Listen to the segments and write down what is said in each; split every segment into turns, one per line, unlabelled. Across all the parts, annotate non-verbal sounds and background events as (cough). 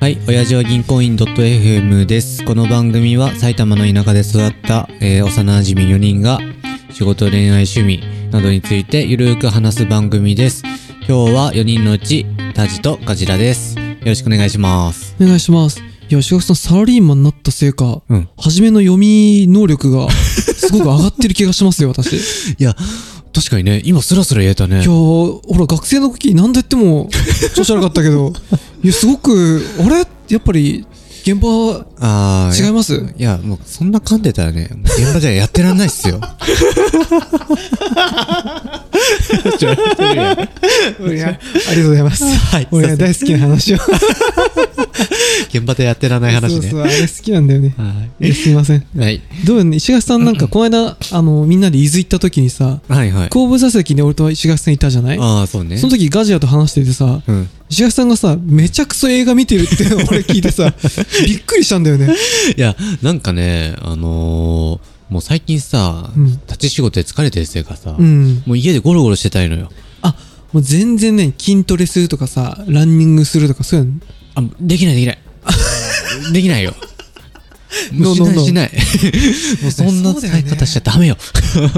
はい、親父は銀行員 .fm です。この番組は埼玉の田舎で育った、えー幼馴染4人が仕事、恋愛、趣味などについてゆるーく話す番組です。今日は4人のうち、タジとガジラです。よろしくお願いします。
お願いします。いや、しがくさん、サラリーマンになったせいか、
うん
初めの読み能力が、すごく上がってる気がしますよ、
(laughs)
私。い
いや、確かにね、今スラスラ言えたね
やー、ほら、学生の時、何度言っても、調子悪かった
(laughs)
けど、いや、すごく、あれやっぱり、現場、
あー
違います
いや、もうそんな噛んでたらね、もう現場じゃやってらんないっ (laughs) すよ。
ありがとうござ
(laughs)
います。はい。俺が大好きな話を。
現場でやってらんない話ね。
う、あれ好きなんだよね。
はい
やすいません。
い。はい。
どうやね、石垣さんなんか、この間、あの、みんなで伊豆行った時にさ、
はいはい。
後部座席に俺と石垣さんいたじゃない
ああ、そうね。
その時ガジラと話しててさ、
うん。
石垣さんがさ、めちゃくそ映画見てるって俺聞いて
(laughs)
さ、びっくりしたんだよね。
いや、なんかね、あのー、もう最近さ、
うん
立ち仕事で疲れてるせいかさ、
うん。
もう家でゴロゴロしてたいのよ。
あ、もう全然ね、筋トレするとかさ、ランニングするとかそういうの。
あ、できないできない。 (laughs) できない (laughs) よ。もうし
No,
な
no,
い
no.
しない。も (laughs) うそんな
そうだよ
使
ね
い方しちゃダメよ。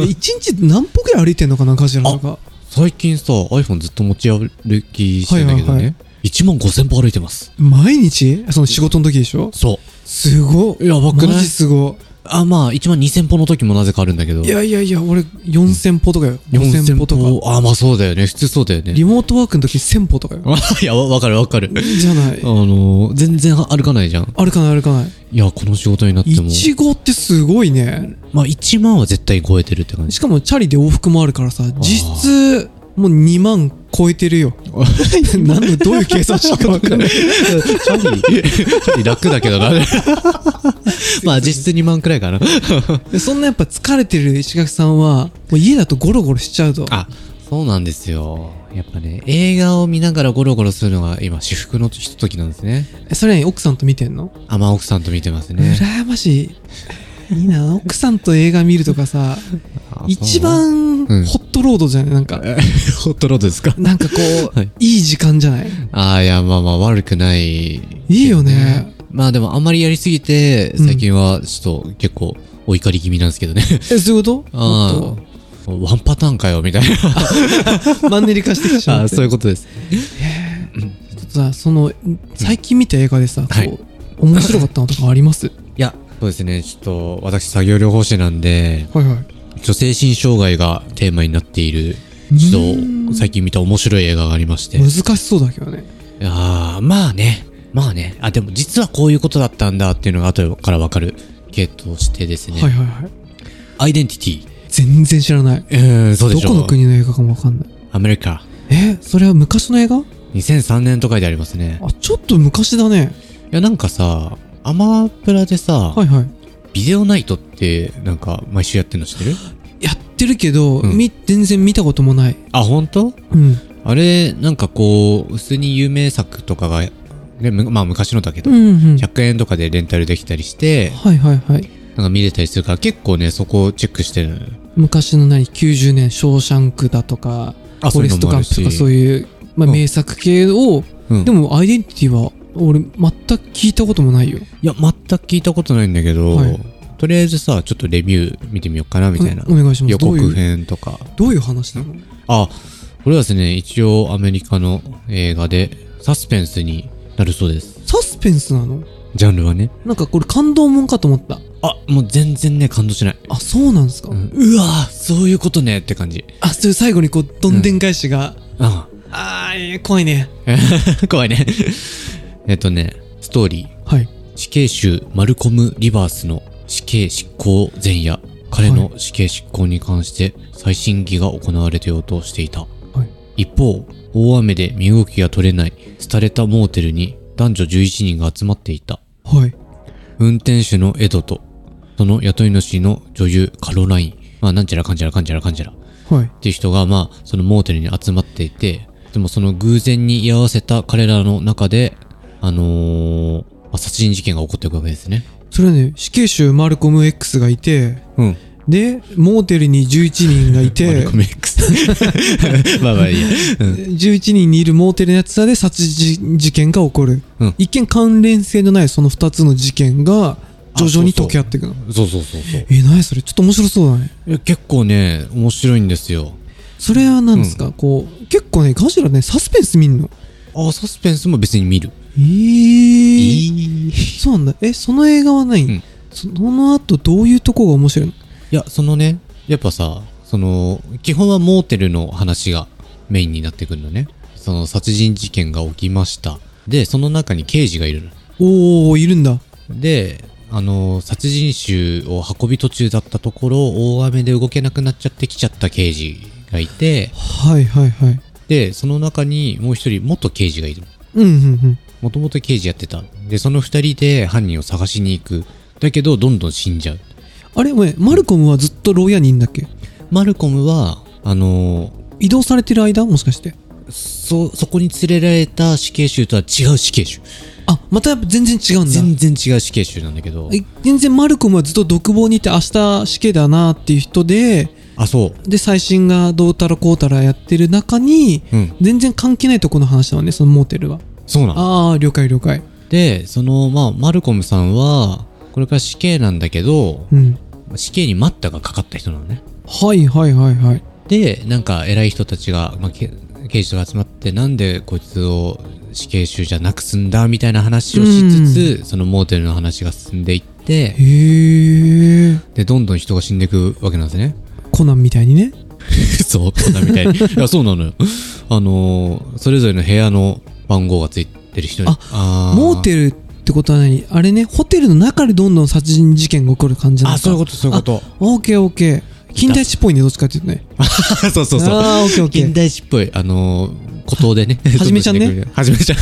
え一日何歩くらい歩いてんのかな、ガジラなんか。
最近さ、iPhone ずっと持ち歩きしてんだけど
はいはいは
ね。1万5000歩歩いてます。
毎日その仕事の時でしょ
そう。
すごい。
やばくない
マジすご
あ、まあ、1万2000歩の時もなぜかあるんだけど。
い。いやいやいや、俺4000歩とかよ。5000
4000
歩とか。
あ、まあそうだよね。普通そうだよね。
リモートワークの時1000歩とかよ。
い (laughs) や、わわかるわかる。
じゃない
あ。のー、全然歩かないじゃん。
歩かない歩かない。
いや、この仕事になっても
い。ちごってすごいね。
まあ、1万は絶対超えてるって感
し
じ。
かもチャリで往復もあるからさ、実質もう2万超えてる (laughs) よ。何のどういう計算したか分かんない。
チャリ、チャリ楽だけど (laughs) な。まあ、実質2万くらいかな。
(laughs) でそんなやっぱ疲れてる石垣さんは、もう家だとゴロゴロしちゃうと。
あ、そうなんですよ。やっぱね、映画を見ながらゴロゴロするのが今、至福のひとときなんですね。
えそれはね奥さんと見てんの、
あ、まあ、奥さんと見てますね。
羨ましい。いいな、奥さんと映画見るとかさ、
あそ
一、
う
番
うん
ホットロードじゃないなんか、
ホットロードですか
なんかこ (laughs) う、
はい
い、い時間じゃない
(laughs) ああ、いや、まあまあ、悪くない。い
いいよね。
まあでも、あんまりやりすぎて、最近は、ちょっと、結構、お怒り気味なんですけどね。
え、そういうこと
あ
もっ
あ。ワンパターンかよ、みたいな。
とマンネリ化してきちゃう。
あそういうことです。
ちょっとさその最近見た映画でさ、こう
はい
面白かったのとかあります
いや、そうですね。ちょっと、私、作業療法士なんで、
はいはい
ちょ精神障害がテーマになっている、ちょっと、最近見た面白い映画がありまして。
難しそうだけどね
ああ、まあね。まあね。あ、でも、実はこういうことだったんだっていうのが後からわかる系としてですね。
はいはいはい
アイデンティティ。
全然知らない
うん、そうで
ど
しょ
この国の映画かもわかんない
アメリカ。
えそれは昔の映画
2003年とかでありますね。
あちょっと昔だね
いや、なんかさ、アマプラでさ、
はいはい
ビデオナイトって、なんか、毎週やってるの知ってる
やってるけど、
うん
み全然見たこともない
あ、本当？
うん
あれ、なんかこう、普通に有名作とかが、ね、むまあ昔のだけ
う
ど、
んうん
100円とかでレンタルできたりして、
はいはいはい
なんか見れたりするから、結構ね、そこをチェックしてるのよ
昔の何90年「ショーシャンク」だとか「フォレスト・ガンプ」とかそう
いう
いう、まあ、
うん
名作系
のもあ
を、
るし。うん
でも「アイデンティティ」は俺全く聞いたこともないよ
いや、全く聞いたことないんだけど、
はい
とりあえずさ、ちょっとレビュー見てみようかな、みたいな。
おお願いします
予告
どういう
編とか。
どういう話なの
あ、これはですね、一応アメリカの映画で、サスペンスになるそうです。
サスペンスなの
ジャンルはね。
なんかこれ感動もんかと思った。
あ、もう全然ね、感動しない。
あ、そうなんですか、
うんうわぁ、そういうことねって感じ。
あ、そういう最後にこう、どんでん返しが、
あ
あー、えー怖いね。
あ (laughs) 怖いね。 (laughs) えっとね、ストーリー。
はい。
死刑囚マルコム・リバースの死刑執行前夜。彼の死刑執行に関して再審議が行われてようとしていた。一方、大雨で身動きが取れない、廃れたモーテルに男女11人が集まっていた。
はい。
運転手のエドと、その雇い主の女優カロライン。まあ、なんちゃらかんちゃらかんちゃらかんちゃら。
はい。
っていう人が、まあ、そのモーテルに集まっていて、でもその偶然に居合わせた彼らの中で、あのーまあ殺人事件が起こっていくわけですね。
それはね、死刑囚マルコム X がいて、
うん。
で、モーテルに11人がい
マル
て
コ、ム X (laughs) まあまあいいや。うん
11人にいるモーテルのやつらで殺人事件が起こる、
うん
一見関連性のないその2つの事件が徐々に解き合っていくの
そうそうそうそう
え何それちょっと面白そうだね
え。結構ね、面白いんですよ。
それは何ですか、こう結構ねガジラねサスペンス見んの
あサスペンスも別に見る。
えー、
い
そうなんだえその映画はない、
うん
その後どういうとこが面白いの
や、そのね、やっぱさ、その、基本はモーテルの話がメインになってくるのね。その殺人事件が起きました。で、その中に刑事がいるの。
おーいるんだ
で、あの、殺人衆を運び途中だったところ、大雨で動けなくなっちゃってきちゃった刑事がいて、
はいはいはい
で、その中にもう一人元刑事がいる。
うんうん
もともと刑事やってた。で、その二人で犯人を探しに行く。だけど、どんどん死んじゃう。
うんあれお前マルコムはずっと牢屋にいんだっけ
マルコムは、あの
移動されてる間もしかして
そ、そこに連れられた死刑囚とは違う死刑囚。
あまたやっぱ全然違うんだ
全然違う死刑囚なんだけど。
え全然マルコムはずっと独房にいて明日死刑だなっていう人で
あ、そ
で最新がどうたらこうたらやってる中に
う。うん。
全然関係ないとこの話だわねそのモーテルは
そうなの。
ああ了解了解
で、その、まあ、マルコムさんは、これから死刑なんだけど、
うん
死刑に待ったがかかった人なのね。
はいはいはいはい
で、なんか偉い人たちが、まあ、け刑事とか集まって、なんでこいつを死刑囚じゃなくすんだ、みたいな話をしつつ、そのモーテルの話が進んでいって、
へえ
で、どんどん人が死んでいくわけなんですね。
コナンみたいにね
そう、こんなみたいに。いや、そうなのよ。あのーそれぞれの部屋の番号がついてる人に。
あ
あ
モー
ル
テルってことは何あれねホテルの中でどんどん殺人事件が起こる感じなの
あ、
か
そういうこと、そういうこと。
オーケーオーケー近代史っぽいねどっちかっていうとね
そうそう (laughs) そう。
ああオーケーオーケ
現
ー
代史っぽい、あのー、孤島でね。
(laughs) はじめ
(laughs)
ちゃんね。
はじめちゃん。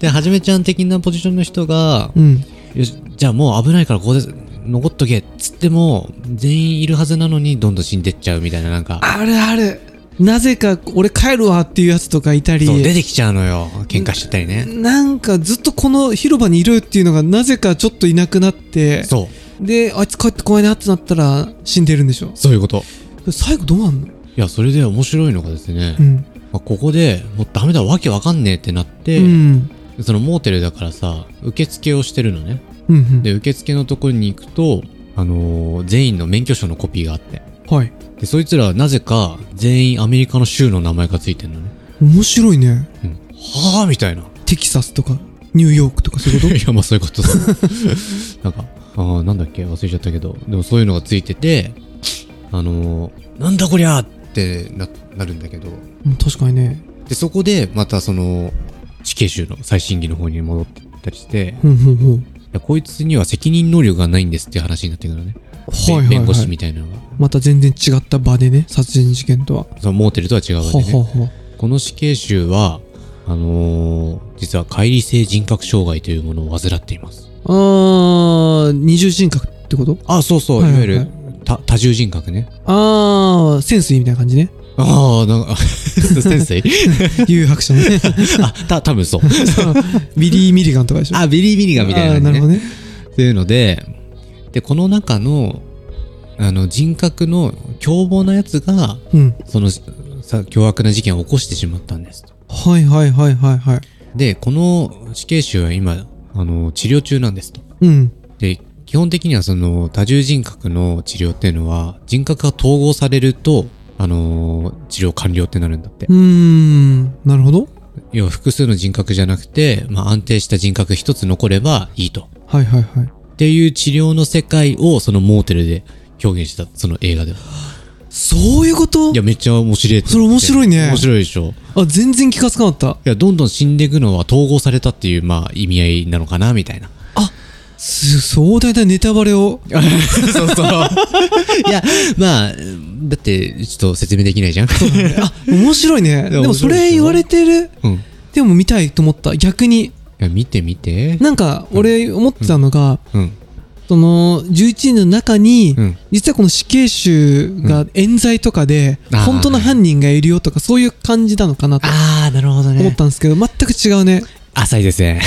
で、はじめちゃん的なポジションの人が、
うん
よし、じゃあもう危ないからここで残っとけっつっても、全員いるはずなのにどんどん死んでっちゃうみたいな、なんか。
あるあるなぜか俺帰るわっていうやつとかいたり
そう、出てきちゃうのよ。喧嘩しちゃったりね。
なんかずっとこの広場にいるっていうのがなぜかちょっといなくなって
そう。
であいつ帰ってこないなってなったら死んでるんでしょ
そういうこと。
最後どうなん
い
の
や、それで面白いのがですね。
うん、
まあ、ここでもうダメだわけわかんねえってなって、
うん
そのモーテルだからさ受付をしてるのね
うんうん
で受付のところに行くとあのー全員の免許証のコピーがあって
はい
でそいつらはなぜか全員アメリカの州の名前がついてるのね、
面白いね
うん、はあみたいな
テキサスとかニューヨークとかそういう
(laughs)
こ
いやまあそういうことさなんかあーなんだっけ忘れちゃったけどでもそういうのがついててあのーなんだこりゃーってななるんだけど
とうん確かにね
でそこでまたその死刑囚の最新儀の方に戻ってったりして、
ほんほんほん
いやこいつには責任能力がないんですっていう話になってくるのね。
はいはいはい
弁護士みたいなのが。
また全然違った場でね殺人事件とは
そのモーテルとは違うわけ
は
で、
は
ね。
は
この死刑囚は、あのー実は乖離性人格障害というものを患っています。
あー二重人格ってこと
あ、そうそう、
はい
い
はい
わ
は
ゆ
い
る多多重人格ね。
あーセンスいいみたいな感
(laughs)
じね
ああ、なんか、 (laughs) 先生 (laughs)
誘白者ね
あ、た、多分そう。
ビリー・ミリガンとかでしょ
あ、ビリービリガンみたいな
あー
感
な
じ
るほ
ね。
どね
っていうので、で、この中の、あの、人格の凶暴なやつが、
うん
その、さ、凶悪な事件を起こしてしまったんですと。
はいはいはいはいはい
で、この死刑囚は今、あの、治療中なんですと。
うん
で、基本的にはその多重人格の治療っていうのは、人格が統合されると、あのー治療完了ってなるんだって
う。ーんなるほど
要は複数の人格じゃなくて、まあ安定した人格一つ残ればいいと。
はいはいはい
っていう治療の世界をそのモーテルで表現した、その映画では。
そういうこと
いや、めっちゃ面白いと思って。
それ面白いね
面白いでしょ。
あ全然気がつかなかった
いや、どんどん死んでいくのは統合されたっていう、まあ意味合いなのかな、みたいな。
す壮大なネタバレを
そう (laughs) そう。いや、まあ、だって、ちょっと説明できないじゃん。
あ面白いね
い
で
や
もそれ言われてる
うん。い
でも見たいと思った逆に
や、見て見て。
なんか俺思ってたのが、
うん。
その11人の中に、
うん
実はこの死刑囚が冤罪とかで、
あー
本当の犯人がいるよとかそういう感じなのかなと
あー、なるほど
思っ。たんですけど、全く違うね
浅いですね。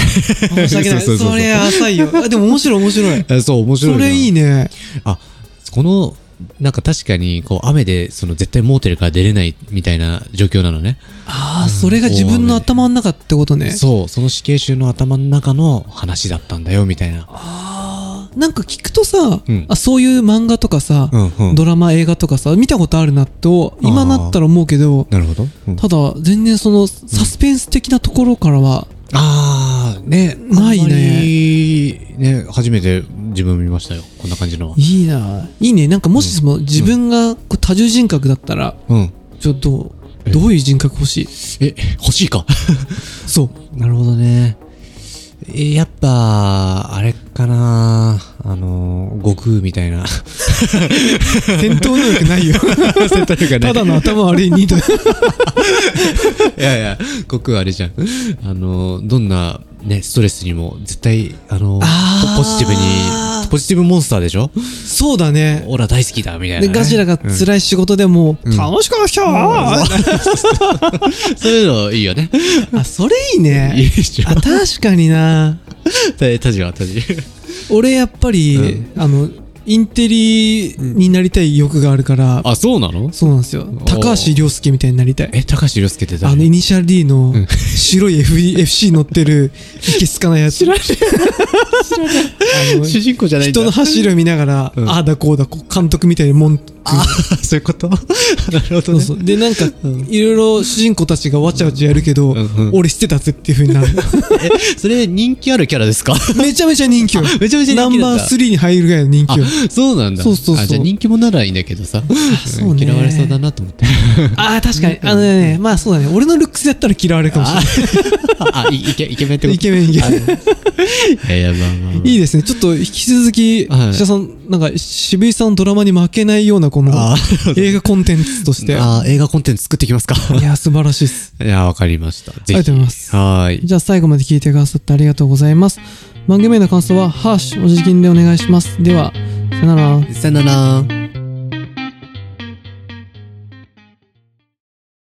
申し訳な
(laughs)
い
そうそうそうそう
それ浅いよあでも面白い面白い
そう、面白い
そ
な
れいいね
あ、このなんか確かに、こう、雨で、その、絶対モーテルから出れないみたいな状況なのね。
ああ、それが自分の頭の中ってことね。
そう、その死刑囚の頭の中の話だったんだよ、みたいな。
ああ、なんか聞くとさ、
うん
あそういう漫画とかさ、
うんうん。
ドラマ、映画とかさ、見たことあるなと、今なったら思うけど、
なるほど。うん
ただ、全然その、サスペンス的なところからは、
あー、ね、
ないね
あんまりね、初めて自分見ましたよ。こんな感じのは。
いいな。いいね。なんかもしその、自分がこう多重人格だったら、
うん。
ちょっと、どういう人格欲しい
え、欲しい (laughs) か
そう。
なるほどね。えやっぱ、あれかなあの、悟空みたい (laughs) な。
戦闘能力 (laughs) ないよ。
戦闘 (laughs) 力が
ただの頭悪いニート。
いやいや、悟空あれじゃん。あの、どんな、ね、ストレスにも、絶対、あの、
あー
ポジティブに、ポジティブモンスターでしょ
(laughs) そうだね。
オラ大好きだ、みたいな、ね。
で、ガジラが
うん
辛い仕事でも、
うん
楽しかった
(laughs) そういうのいい (laughs) よね。
あ、それいい
いい
ね。
でしょ
あ、。確かにな。
たたじは、たじ。
俺、やっぱり、あの、インテリになりたい欲があるから、
あ、そうなの
そうなんですよ。高橋涼介みたいになりたい。
え、高橋涼介って誰
あの、イニシャル D の
うん
白い FE FC 乗ってる、いけすかないやつ。知らねえ。
主人公じゃないんだ
人の走りを見ながら、
うん
ああだこうだ、こう監督みたいに文句。
そういうこと (laughs) なるほど
そう
ね。
そうで、なんか、いろいろ主人公たちがわちゃわちゃやるけど
んうん、
俺捨てたぜっていう風
(laughs)
になる。
え、それ人気あるキャラ
(laughs)
ですか
めちゃめちゃ人気よ。
めちゃめちゃ人気
ナ
なん
ン
だ
バー3に入るぐらいの人気よ。
あ、そうなんだ。
そうそうそう
あ、じゃあ人気者ならいいんだけどさ。
そうね
嫌われそうだなと思って。 (laughs)
ああ、確かに。あのね、まあそうだね。俺のルックスだったら嫌われるかもしれ
あ、あいイケイケメンって
な
こ
い。
と
イケメンイケメン。
いやいや、まあまあまあ。
いいですね。ちょっと引き続き、
はい
石田さん、なんか渋井さんのドラマに負けないようなこの (laughs)
あ
映画コンテンツとして。い
あー映画コンテンツ作ってきますか
や、素晴ら (laughs) しいです。
いや、わかりました。ぜひ。
ありがとうございます
はーい。
じゃあ最後まで聞いてくださってありがとうございます。番組への感想は、ハーシュお辞儀でお願いします。では、さよなら。
さよなら。